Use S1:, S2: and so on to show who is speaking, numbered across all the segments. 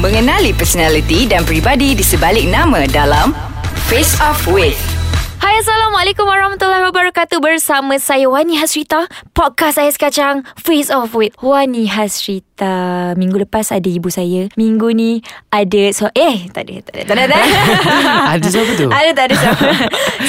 S1: Mengenali personaliti dan pribadi di sebalik nama dalam Face Off With.
S2: Hai Assalamualaikum warahmatullahi wabarakatuh Bersama saya Wani Hasrita Podcast Ais Kacang Face Off with Wani Hasrita Minggu lepas ada ibu saya Minggu ni ada so Eh tak ada tak ada tak ada, tak ada.
S3: Ada siapa tu?
S2: Ada tak ada siapa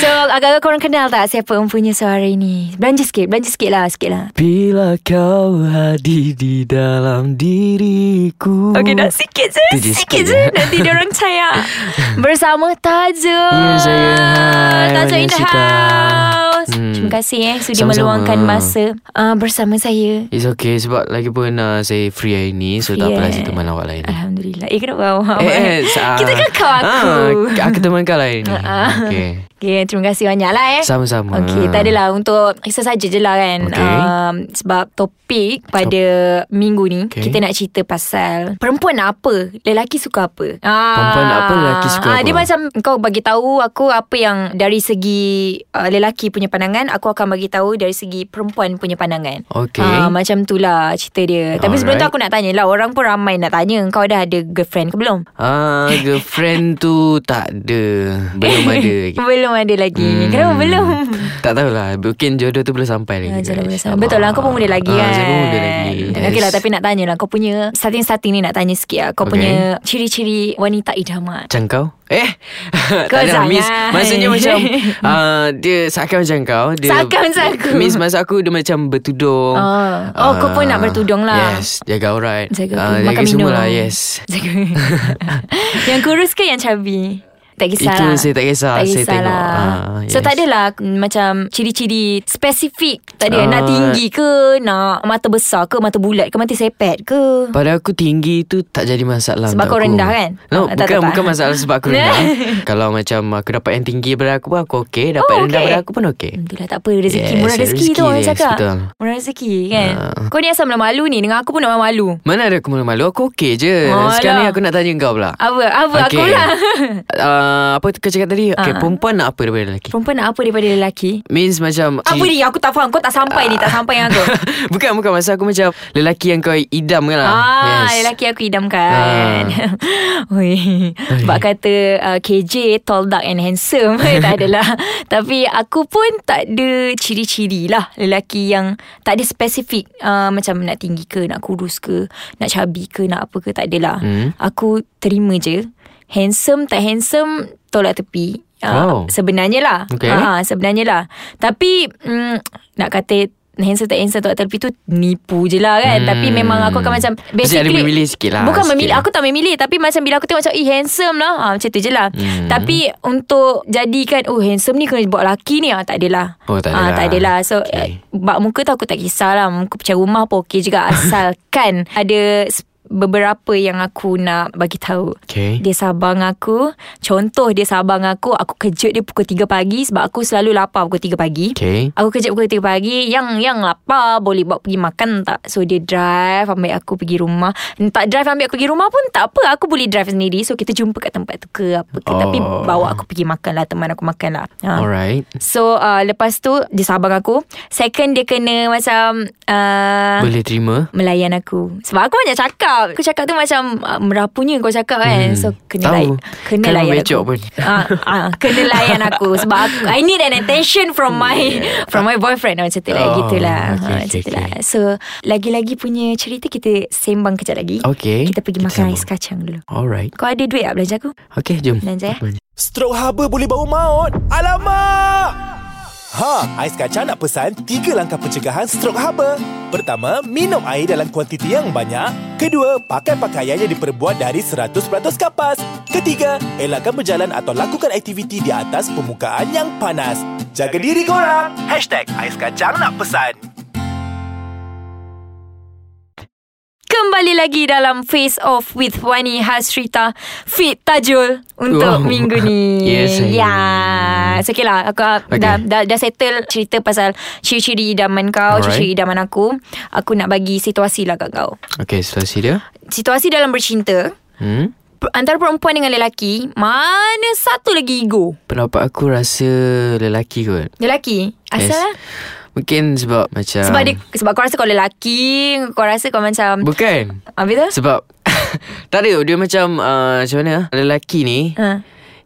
S2: So agak-agak korang kenal tak Siapa empunya suara ini Belanja sikit Belanja sikit lah Sikit lah
S3: Bila kau hadir di dalam diriku
S2: Okey dah sikit je
S3: Tu je
S2: Sikit,
S3: Hmm. sikit
S2: je
S3: je.
S2: Nanti diorang caya Bersama Tazul
S3: Ya, saya. Hai,
S2: Tazul in the
S3: Wani Hasrita.
S2: house
S3: Hmm.
S2: Terima kasih eh Sudi
S3: Sama-sama. Ya.
S2: meluangkan masa uh, Bersama saya
S3: It's okay sebab lagi pun uh, saya free hari ni So tak apalah
S2: Yeah.
S3: saya teman awak lain ni
S2: Alhamdulillah Eh kenapa awak
S3: Eh, eh, sa-
S2: Kita kan kau aku
S3: ah, Aku teman kau lain ni
S2: Ah.
S3: Okay
S2: Okay terima kasih banyak lah eh
S3: Sama-sama
S2: Okey, tak adalah untuk kisah saja je lah kan.
S3: Ah. Okey.
S2: Um, sebab topik pada minggu ni
S3: Okey.
S2: okay. kita nak cerita pasal perempuan nak apa, lelaki suka apa. Ah,
S3: Perempuan nak apa, lelaki suka
S2: ah, Dia
S3: apa?
S2: macam kau bagi tahu aku apa yang dari segi uh, lelaki punya pandangan, aku akan bagi tahu dari segi perempuan punya pandangan.
S3: Okey.
S2: Ah, macam tu lah cerita dia. Tapi sebelum tu
S3: Alright.
S2: aku nak tanya lah orang pun ramai nak tanya kau dah ada girlfriend ke belum?
S3: Ah, girlfriend tu tak ada Belum ada
S2: Belum ada lagi.
S3: Hmm.
S2: Kenapa belum?
S3: Tak tahulah Mungkin jodoh tu belum sampai
S2: Ah,
S3: lagi
S2: jalan
S3: guys.
S2: bersama. Betul lah Kau pun muda lagi
S3: Ah,
S2: kan
S3: Saya pun muda lagi yes.
S2: Okey lah tapi nak tanya lah Kau punya Starting-starting ni nak tanya sikit lah Kau
S3: Okay.
S2: punya Ciri-ciri wanita idaman
S3: Macam kau Eh
S2: Kau
S3: Tak ada lah,
S2: jangan.
S3: Miss Maksudnya macam uh, Dia seakan macam kau dia,
S2: Seakan macam aku.
S3: Miss masa aku Dia macam bertudung Ah,
S2: Oh. Oh, kau pun nak bertudung lah.
S3: Yes Jaga aurat
S2: Jaga
S3: Ah,
S2: makan
S3: Jaga
S2: minum.
S3: semua lah Yes
S2: Jaga Yang kurus ke yang chubby? Tak kisah
S3: Itu
S2: lah.
S3: saya tak kisah.
S2: Tak
S3: Saya
S2: kisah
S3: tengok.
S2: lah
S3: Ah,
S2: So
S3: yes.
S2: tak adalah mm, Macam ciri-ciri Spesifik Tak ada Nak
S3: Ah.
S2: tinggi ke Nak mata besar ke Mata bulat ke Mata sepet ke
S3: Pada aku tinggi tu tak jadi masalah
S2: Sebab
S3: untuk
S2: kau
S3: aku.
S2: rendah kan?
S3: No,
S2: Ah, tak,
S3: tak, bukan
S2: tak, tak.
S3: bukan masalah sebab aku rendah. Kalau macam aku dapat yang tinggi pada aku pun aku okey, dapat
S2: Oh,
S3: rendah
S2: okey.
S3: pada aku pun okey.
S2: Hmm, Itulah tak apa Rezeki
S3: Yes,
S2: Murah rezeki,
S3: rezeki,
S2: tu orang
S3: yes,
S2: cakap
S3: betul.
S2: Murah rezeki kan
S3: Ah.
S2: Kau ni asal malu ni Dengan aku pun nak malu
S3: Mana ada aku malu-malu Aku okey je
S2: Alah.
S3: Sekarang ni aku nak tanya kau pula
S2: Apa Apa okay. aku Ah. lah
S3: uh, Apa kau cakap tadi okay, Perempuan nak apa daripada lelaki
S2: Perempuan nak apa daripada lelaki
S3: Means macam
S2: Apa ni aku tak faham Kau tak sampai ni Tak sampai yang aku
S3: Bukan bukan Masa aku macam Lelaki yang kau idam kan lah
S2: Ah, yes. lelaki aku idamkan. Oi. Bak kata uh, KJ tall dark and handsome tak adalah. Tapi aku pun tak ada ciri-ciri lah lelaki yang tak ada spesifik uh, macam nak tinggi ke, nak kurus ke, nak chubby ke, nak apa ke tak adalah.
S3: Hmm.
S2: Aku terima je. Handsome tak handsome tolak tepi.
S3: Wow.
S2: Uh, Sebenarnya lah
S3: Okay.
S2: Ah, Sebenarnya lah Tapi mm, Nak kata Handsome tak handsome Tok Telpi tu Nipu je lah kan
S3: Hmm.
S2: hmm. Tapi memang aku akan macam
S3: Mesti ada memilih sikit lah,
S2: Bukan
S3: sikit
S2: memilih
S3: lah.
S2: Aku tak memilih Tapi macam bila aku tengok Macam eh handsome lah ha, Macam tu je lah
S3: Hmm.
S2: Tapi untuk Jadikan Oh handsome ni Kena buat lelaki ni ha, Tak adalah
S3: Oh, tak
S2: Ah,
S3: adalah.
S2: Tak adalah So
S3: Okay.
S2: okay. Bak muka tu aku tak kisahlah Muka pecah rumah pun okey juga Asalkan Ada s- beberapa yang aku nak bagi tahu
S3: Okay.
S2: dia sabar dengan aku Contoh dia sabar dengan aku Aku kejut dia pukul 3 pagi Sebab aku selalu lapar pukul 3 pagi
S3: Okay
S2: Aku kerja pukul 3 pagi Yang yang lapar Boleh bawa pergi makan tak So dia drive Ambil aku pergi rumah Tak drive ambil aku pergi rumah pun Tak apa Aku boleh drive sendiri So kita jumpa kat tempat tu ke Apa ke oh. Tapi
S3: Oh.
S2: bawa aku pergi makan lah Teman aku makan lah ha.
S3: Alright
S2: So uh, lepas tu Dia sabar dengan aku Second dia kena macam uh,
S3: Boleh terima
S2: melayan aku Sebab aku banyak cakap Aku cakap tu macam uh, Merapunya kau cakap kan hmm.
S3: Hmm.
S2: So kena
S3: Tahu.
S2: layan Kena
S3: Kan
S2: layan
S3: membecok
S2: aku
S3: pun.
S2: Ah, ah, Kena layan aku Sebab aku, I need an attention From my yeah. From my boyfriend Macam tu lah
S3: Oh,
S2: Gitulah Ah,
S3: okay, okay,
S2: Macam tu lah
S3: okay.
S2: So Lagi-lagi punya cerita Kita sembang kejap lagi
S3: Okay
S2: Kita pergi
S3: Kita
S2: makan
S3: sambung.
S2: ais kacang dulu
S3: Alright
S2: Kau ada duit tak belanja aku?
S3: Okay jom
S2: Belanja eh?
S4: Stroke haba boleh bawa maut. Alamak! Ha, ais kacang nak pesan 3 langkah pencegahan strok haba. Pertama, minum air dalam kuantiti yang banyak. Kedua, pakai pakaian yang diperbuat dari 100% kapas. Ketiga, elakkan berjalan atau lakukan aktiviti di atas permukaan yang panas. Jaga diri korang. Hashtag Ais Kacang Nak Pesan.
S2: Kembali lagi dalam Face Off with Wani Hasrita Fit Tajul untuk
S3: Wow.
S2: minggu ni.
S3: Yes, saya.
S2: Yeah. So, okay lah. Aku okay.
S3: Okay.
S2: Dah, dah, dah settle cerita pasal ciri-ciri idaman kau,
S3: Alright.
S2: ciri-ciri idaman aku. Aku nak bagi situasi lah kat kau.
S3: Okay situasi dia
S2: Situasi dalam bercinta,
S3: Hmm
S2: per- antara perempuan dengan lelaki, mana satu lagi ego?
S3: Pendapat aku rasa lelaki kot
S2: Lelaki? Asal? Yes.
S3: Mungkin sebab macam
S2: Sebab dia Sebab kau rasa kau lelaki Kau rasa kau macam
S3: Bukan
S2: Habis tu?
S3: Sebab Tak ada Dia macam uh, Macam mana Lelaki ni
S2: Ha.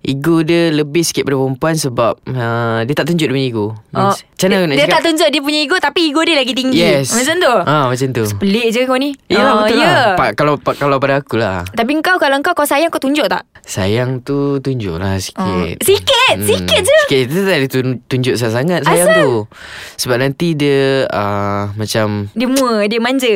S3: Ego dia lebih sikit daripada perempuan Sebab uh, Dia tak tunjuk dia punya ego
S2: Oh.
S3: Macam mana
S2: dia,
S3: nak
S2: dia
S3: cakap
S2: tak tunjuk dia punya ego Tapi ego dia lagi tinggi
S3: Yes
S2: Macam tu
S3: Ah Macam tu
S2: Pelik je kau ni
S3: Ya
S2: Oh,
S3: betul
S2: ya.
S3: lah pa, Kalau pa, kalau pada akulah
S2: Tapi kau kalau kau Kau sayang kau tunjuk tak?
S3: Sayang tu tunjuklah sikit Hmm,
S2: Oh, sikit? Sikit je?
S3: Sikit Dia tak boleh tun- tunjuk sangat-sangat sayang
S2: Asal?
S3: tu Sebab nanti dia uh, Macam
S2: Dia mua Dia manja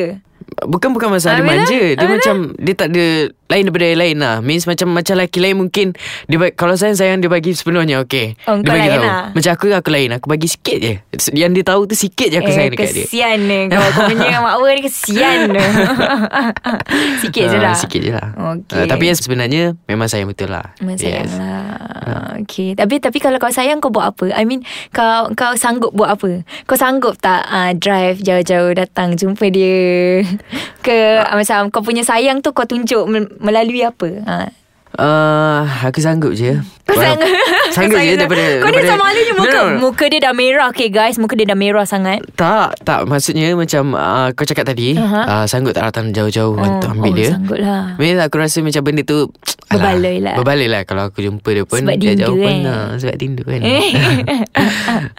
S3: Bukan bukan masalah dia
S2: Habis
S3: manja
S2: lah?
S3: Dia
S2: Habis
S3: macam Dia tak ada Lain daripada yang lain lah Means macam Macam lelaki lain mungkin dia bagi, Kalau sayang sayang Dia bagi sepenuhnya Okay
S2: Oh,
S3: Dia
S2: kau
S3: bagi
S2: lain
S3: tahu
S2: lah.
S3: Macam aku aku lain Aku bagi sikit je Yang dia tahu tu sikit je Aku
S2: eh,
S3: sayang dekat dia
S2: Kesian ni Kau kau punya mak awak ni Kesian Sikit je
S3: Ah,
S2: lah
S3: Sikit je lah
S2: Okey.
S3: Ah, Tapi yang sebenarnya Memang sayang betul lah
S2: Memang sayang yes.
S3: Ah.
S2: lah Okay Tapi tapi kalau kau sayang Kau buat apa I mean Kau kau sanggup buat apa Kau sanggup tak uh, Drive jauh-jauh datang Jumpa dia Ke uh, Macam kau punya sayang tu Kau tunjuk mel- Melalui apa uh.
S3: Uh, aku sanggup je
S2: Kau
S3: Wala-
S2: sanggup
S3: Sanggup je daripada
S2: Kau ni
S3: daripada,
S2: sama ada je muka
S3: No, no, no.
S2: Muka dia dah merah Okay guys Muka dia dah merah sangat
S3: tak, tak. Maksudnya macam uh, kau cakap tadi, uh-huh. uh, sanggup tak datang jauh-jauh oh, untuk ambil
S2: oh,
S3: dia.
S2: Sanggup lah
S3: Mungkin aku rasa macam benda tu alah,
S2: Berbaloi lah.
S3: Berbaloi lah Kalau aku jumpa dia pun
S2: Sebab
S3: dia
S2: dinda,
S3: jauh pun
S2: eh.
S3: ah, Sebab dinda kan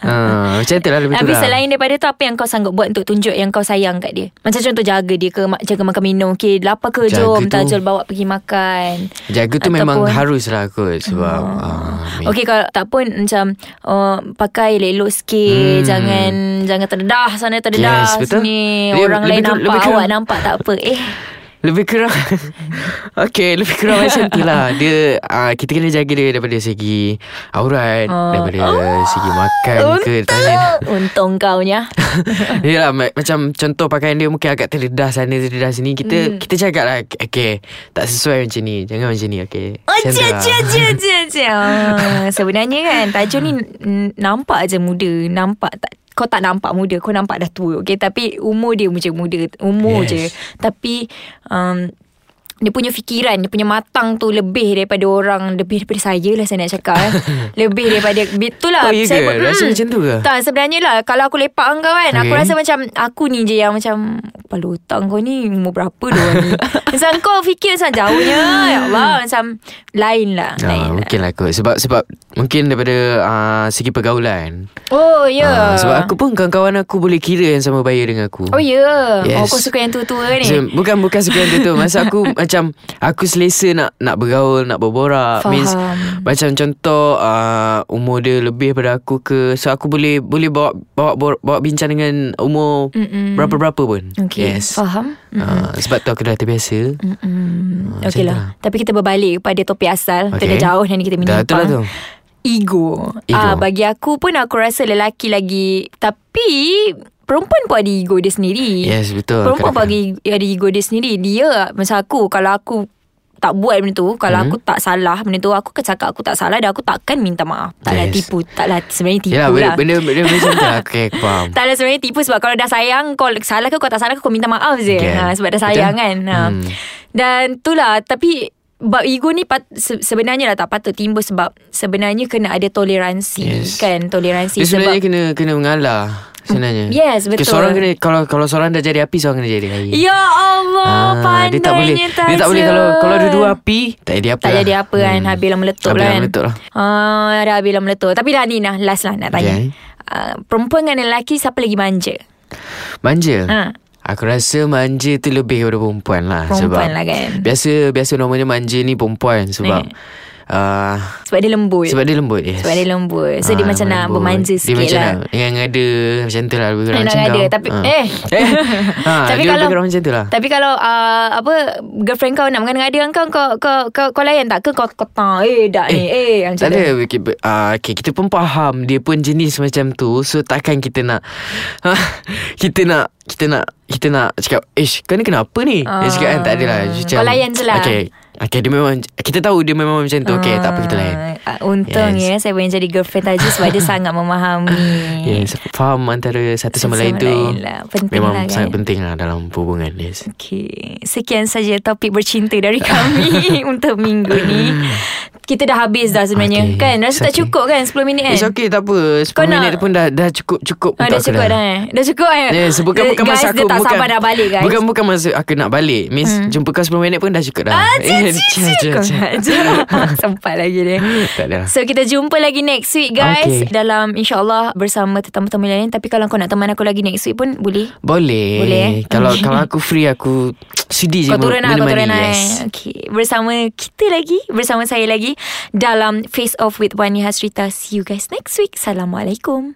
S3: Ah, Macam tu lah lebih
S2: Habis
S3: kurang
S2: Eh, selain daripada tu Apa yang kau sanggup buat Untuk tunjuk yang kau sayang kat dia Macam contoh jaga dia ke ma- Jaga makan minum Okay lapar ke
S3: Jaga
S2: Jom
S3: tu-
S2: Tajul bawa pergi makan
S3: Jaga tu memang
S2: Ataupun- Oh.
S3: harus lah kot Sebab ah, ni.
S2: Okay kalau tak pun Macam uh, Pakai elok-elok sikit
S3: Hmm.
S2: Jangan Jangan terdedah Sana terdedah
S3: Yes, betul.
S2: Sini
S3: Dia
S2: Orang lain
S3: lebih ke-
S2: nampak
S3: lebih ke-
S2: Awak nampak tak apa Eh
S3: Lebih kurang Okay Lebih kurang macam tu lah Dia uh, Kita kena jaga dia Daripada segi Aurat
S2: Oh.
S3: Daripada segi makan Kan ke tanya
S2: Untung kau nya
S3: Yelah ma- Macam contoh pakaian dia Mungkin agak terdedah sana Terdedah sini
S2: Hmm.
S3: Kita kita cakap lah Okay Tak sesuai macam ni Jangan macam ni Okay
S2: Oh,
S3: Macam tu
S2: cia,
S3: lah.
S2: cia, cia, cia, cia. Sebenarnya kan Tajul ni mm, Nampak je muda Nampak tak kau tak nampak muda Kau nampak dah tua okay? Tapi umur dia macam muda Umur yes. je
S3: Yes.
S2: Tapi um, Dia punya fikiran Dia punya matang tu Lebih daripada orang Lebih daripada saya lah Saya nak cakap eh. Lebih daripada Itulah
S3: Oh, ya
S2: saya
S3: ke?
S2: pun,
S3: Rasa macam tu ke?
S2: Tak sebenarnya lah Kalau aku lepak dengan kau kan okay. Aku
S3: Okay.
S2: rasa macam Aku ni je yang macam Kepala otak kau ni Umur berapa dia orang ni Macam kau fikir macam jauhnya Ya Allah Macam lain lah
S3: Ah,
S2: lain
S3: mungkin lah kot Sebab sebab Mungkin daripada uh, Segi pergaulan
S2: lah. Oh ya yeah.
S3: Ah, Sebab aku pun Kawan-kawan aku boleh kira Yang sama bayar dengan aku
S2: Oh ya yeah. Oh
S3: Yes.
S2: kau suka yang tua-tua ni
S3: So, bukan bukan suka yang tu Masa aku macam Aku selesa nak nak bergaul Nak berborak
S2: Faham.
S3: Macam contoh uh, Umur dia lebih daripada aku ke So aku boleh Boleh bawa Bawa, bawa, bawa bincang dengan Umur
S2: Mm-mm.
S3: Berapa-berapa pun
S2: Okay
S3: Yes
S2: Faham
S3: uh, Sebab tu aku dah terbiasa
S2: Mm-mm.
S3: Ah,
S2: Okay
S3: macam
S2: lah Tapi kita berbalik Pada topik asal Kita
S3: Okay.
S2: dah jauh Dan kita
S3: Dah
S2: menyimpang
S3: tu lah tu
S2: Ego,
S3: Ego.
S2: Ah, Bagi aku pun Aku rasa lelaki lagi Tapi Perempuan pun ada ego dia sendiri
S3: Yes betul
S2: Perempuan
S3: Kadang-kadang.
S2: bagi ada ego dia sendiri. Dia macam aku kalau aku tak buat benda tu Kalau hmm. aku tak salah benda tu Aku akan cakap aku tak salah Dan aku takkan minta maaf Taklah
S3: Yes.
S2: tipu Taklah sebenarnya tipu
S3: Yelah
S2: lah
S3: benda, benda, benda macam tu lah Okay aku faham
S2: Taklah sebenarnya tipu Sebab kalau dah sayang Kau salah ke kau tak salah ke Kau minta maaf je
S3: Kan.
S2: ha, Sebab dah
S3: Betul.
S2: sayang kan ha.
S3: Hmm.
S2: Dan itulah Tapi Bab ego ni pat, se- sebenarnya lah tak patut timbul sebab sebenarnya kena ada toleransi
S3: Yes.
S2: kan toleransi
S3: Dia sebenarnya
S2: sebab
S3: kena kena mengalah sebenarnya.
S2: Yes, betul.
S3: Seorang kena kalau kalau seorang dah jadi api seorang kena jadi air.
S2: Ya Allah
S3: Ah,
S2: pandainya
S3: dia tak boleh dia tak boleh kalau kalau ada dua api tak jadi apa.
S2: Tak
S3: lah.
S2: jadi apa kan
S3: Hmm.
S2: Habis lah meletup
S3: Habis
S2: lah
S3: lah
S2: kan
S3: meletup lah.
S2: Ah, Dah habis lah meletup Tapi dah ni nah Last lah nak tanya
S3: Okay.
S2: Ah, Perempuan dengan lelaki Siapa lagi manja
S3: Manja.
S2: Ha.
S3: Aku rasa manja tu lebih daripada perempuan lah
S2: Perempuan
S3: sebab
S2: lah kan.
S3: Biasa biasa normalnya manja ni perempuan sebab
S2: Eh.
S3: uh,
S2: Sebab dia lembut
S3: sebab dia lembut yes.
S2: sebab dia lembut So
S3: Ah,
S2: dia macam nak
S3: lembut.
S2: Bermanja
S3: Dia
S2: sikit
S3: macam
S2: lah
S3: nak Dengan ada Macam tu lah lebih kurang
S2: Nak
S3: macam
S2: ada
S3: kau.
S2: Tapi
S3: Ah.
S2: eh,
S3: ha, Dia lebih kurang macam tu lah
S2: Tapi kalau uh, Apa Girlfriend kau nak mengada-ngada dengan kau kau, kau kau kau layan tak ke Kau kau tak Eh dak ni Eh macam tu
S3: Tak ada okay, but, ah, okay, Kita pun faham Dia pun jenis macam tu So takkan kita nak Kita nak Kita nak Kita nak Cakap Ish kau ni kenapa ni Dia cakap kan tak adalah
S2: Ah,
S3: macam,
S2: kau layan je lah.
S3: Okay Okay dia memang Kita tahu dia memang macam tu Okay tak apa kita layan
S2: Ah, Untung
S3: Yes.
S2: ya Saya boleh jadi girlfriend Tajuk Sebab dia sangat memahami
S3: Yes Faham antara Satu sama,
S2: Sama
S3: lain tu
S2: lain lah. Penting
S3: Memang
S2: lah kan.
S3: sangat penting lah Dalam hubungan Yes
S2: Okey, sekian saja topik bercinta dari kami untuk minggu ni. kita dah habis dah sebenarnya
S3: Okay,
S2: okay, kan rasa
S3: it's
S2: okay. tak
S3: okay.
S2: cukup kan 10 minit kan
S3: It's okay tak apa 10
S2: Kau nak-
S3: minit pun dah dah cukup cukup
S2: Ah,
S3: untuk
S2: dah
S3: aku
S2: cukup dah eh Dah cukup eh
S3: Yes, Ya, bukan
S2: Dia-
S3: bukan
S2: guys,
S3: masa aku
S2: Dia tak
S3: bukan,
S2: sabar nak balik guys
S3: Bukan bukan masa aku nak balik. Miss hmm. jumpa kau 10 minit pun dah cukup dah.
S2: Ah,
S3: Eh,
S2: cik, cik,
S3: cik,
S2: cik.
S3: cik, cik.
S2: Sempat lagi dia
S3: Tak ada.
S2: So kita jumpa lagi next week guys
S3: Okay.
S2: okay. Dalam insyaAllah bersama tetamu-tetamu lain Tapi kalau kau nak teman aku lagi next week pun boleh
S3: Boleh.
S2: Boleh, eh?
S3: Kalau
S2: Okay.
S3: kalau aku free aku sedih je
S2: Kau turun lah, kau
S3: menemani.
S2: turun lah.
S3: Yes.
S2: Yes. Okay. Bersama kita lagi, bersama saya lagi dalam Face Off with Wani Hasrita. See you guys next week. Assalamualaikum.